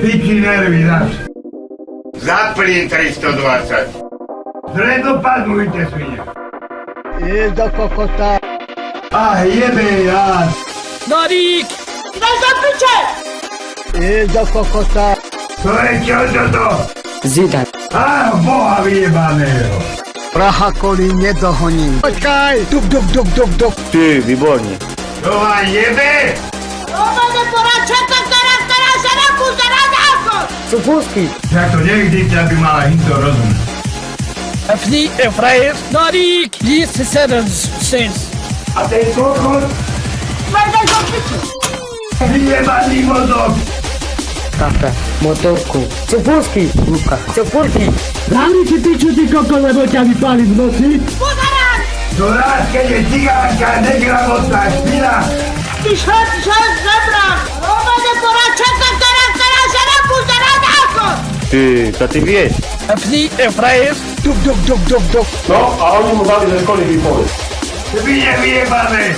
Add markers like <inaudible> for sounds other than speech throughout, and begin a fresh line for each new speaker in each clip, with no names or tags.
Bici nerwi zawsze.
Zaplintrij 120.
Zredo padł i te świnie.
Jest do kokota.
A jebie Ah, ja.
Jest do kokota.
To jest ciągle to.
Zidane.
A boha wyjebanego.
Praha koli nie dohoní. Počkaj! Dup, dup, dup, dup, dup.
Ty, wybornie.
To a jebie.
Romanę poraczeka, zaraz, zaraz, zaraz, zaraz, zaraz!
Supulski.
Jak to nigdy cię by mała hinto rozum.
Apni Efraev Narik Lise Serens
A ten kokot
Będę zobaczył!
wyjebany mozog.
Kaka. Motorku. Supulski. Luka. Supulki. Dali ty piciu ty koko na bociami pali w nocy?
Pozaraz!
To raz kiedy cyganka negra mocna śpina.
Tysiąc, tysiąc, zebrał! Romanę poraczeka, zaraz, zaraz, zaraz, zaraz, zaraz!
Ty, to ty wiesz.
Apni Efraev
Dup, dup, dup, dup, dup.
Wyje wyjebany.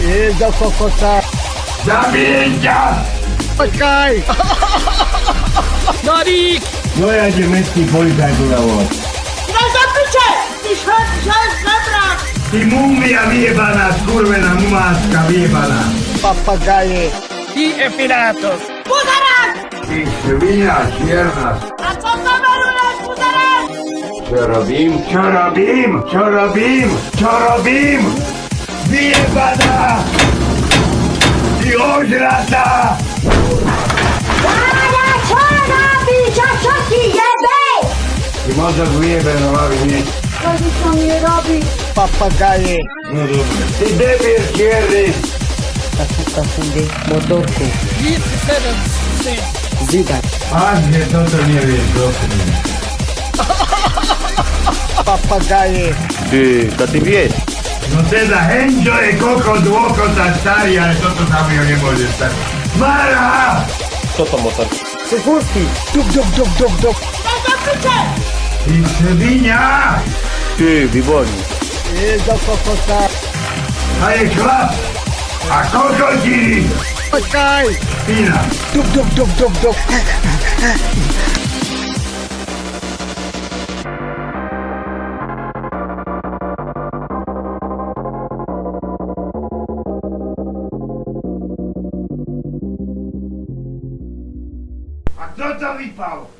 Jest do kokota.
Zabijęcia.
<laughs>
Počkaj!
Narik
No ja cię męski policaj tu na łódź.
Będę zobaczył! Tysiąc, tysiąc, zebrał!
Ty mumia wyjebana, skurwena mumaska wyjebana.
Papagaje.
I Efiratos
Pozaraz!
Ty świnia sierna.
A co to marujesz, pozaraz?
Co robim? Co robim? Co robim? Wyjebana! I ożrata!
Zaraz, czarna, bicia, co ci jebie!
I może wyjebę no na ławie.
Co ci to nie robi?
Papagaje.
No Ty debil sierny!
Kaku kafundy. Motorku.
Lise Serens
Zidane.
Andrzej, to to nie wiesz, proszę.
Papagaje.
Ty, to ty wiesz.
No te za chęcio je koko dłoko ta stary, ale to to tam ją nie może stać. Mara!
Supulski.
Dup, dup, dup, dup, dup.
Będę zobaczył!
Ty świnia!
Ty, wybornie.
Jest do kokota.
A je chlap! A koko ci!
Počkaj!
Pina!
Dup, dup, dup, dup, dup.
tota A kto to wypał?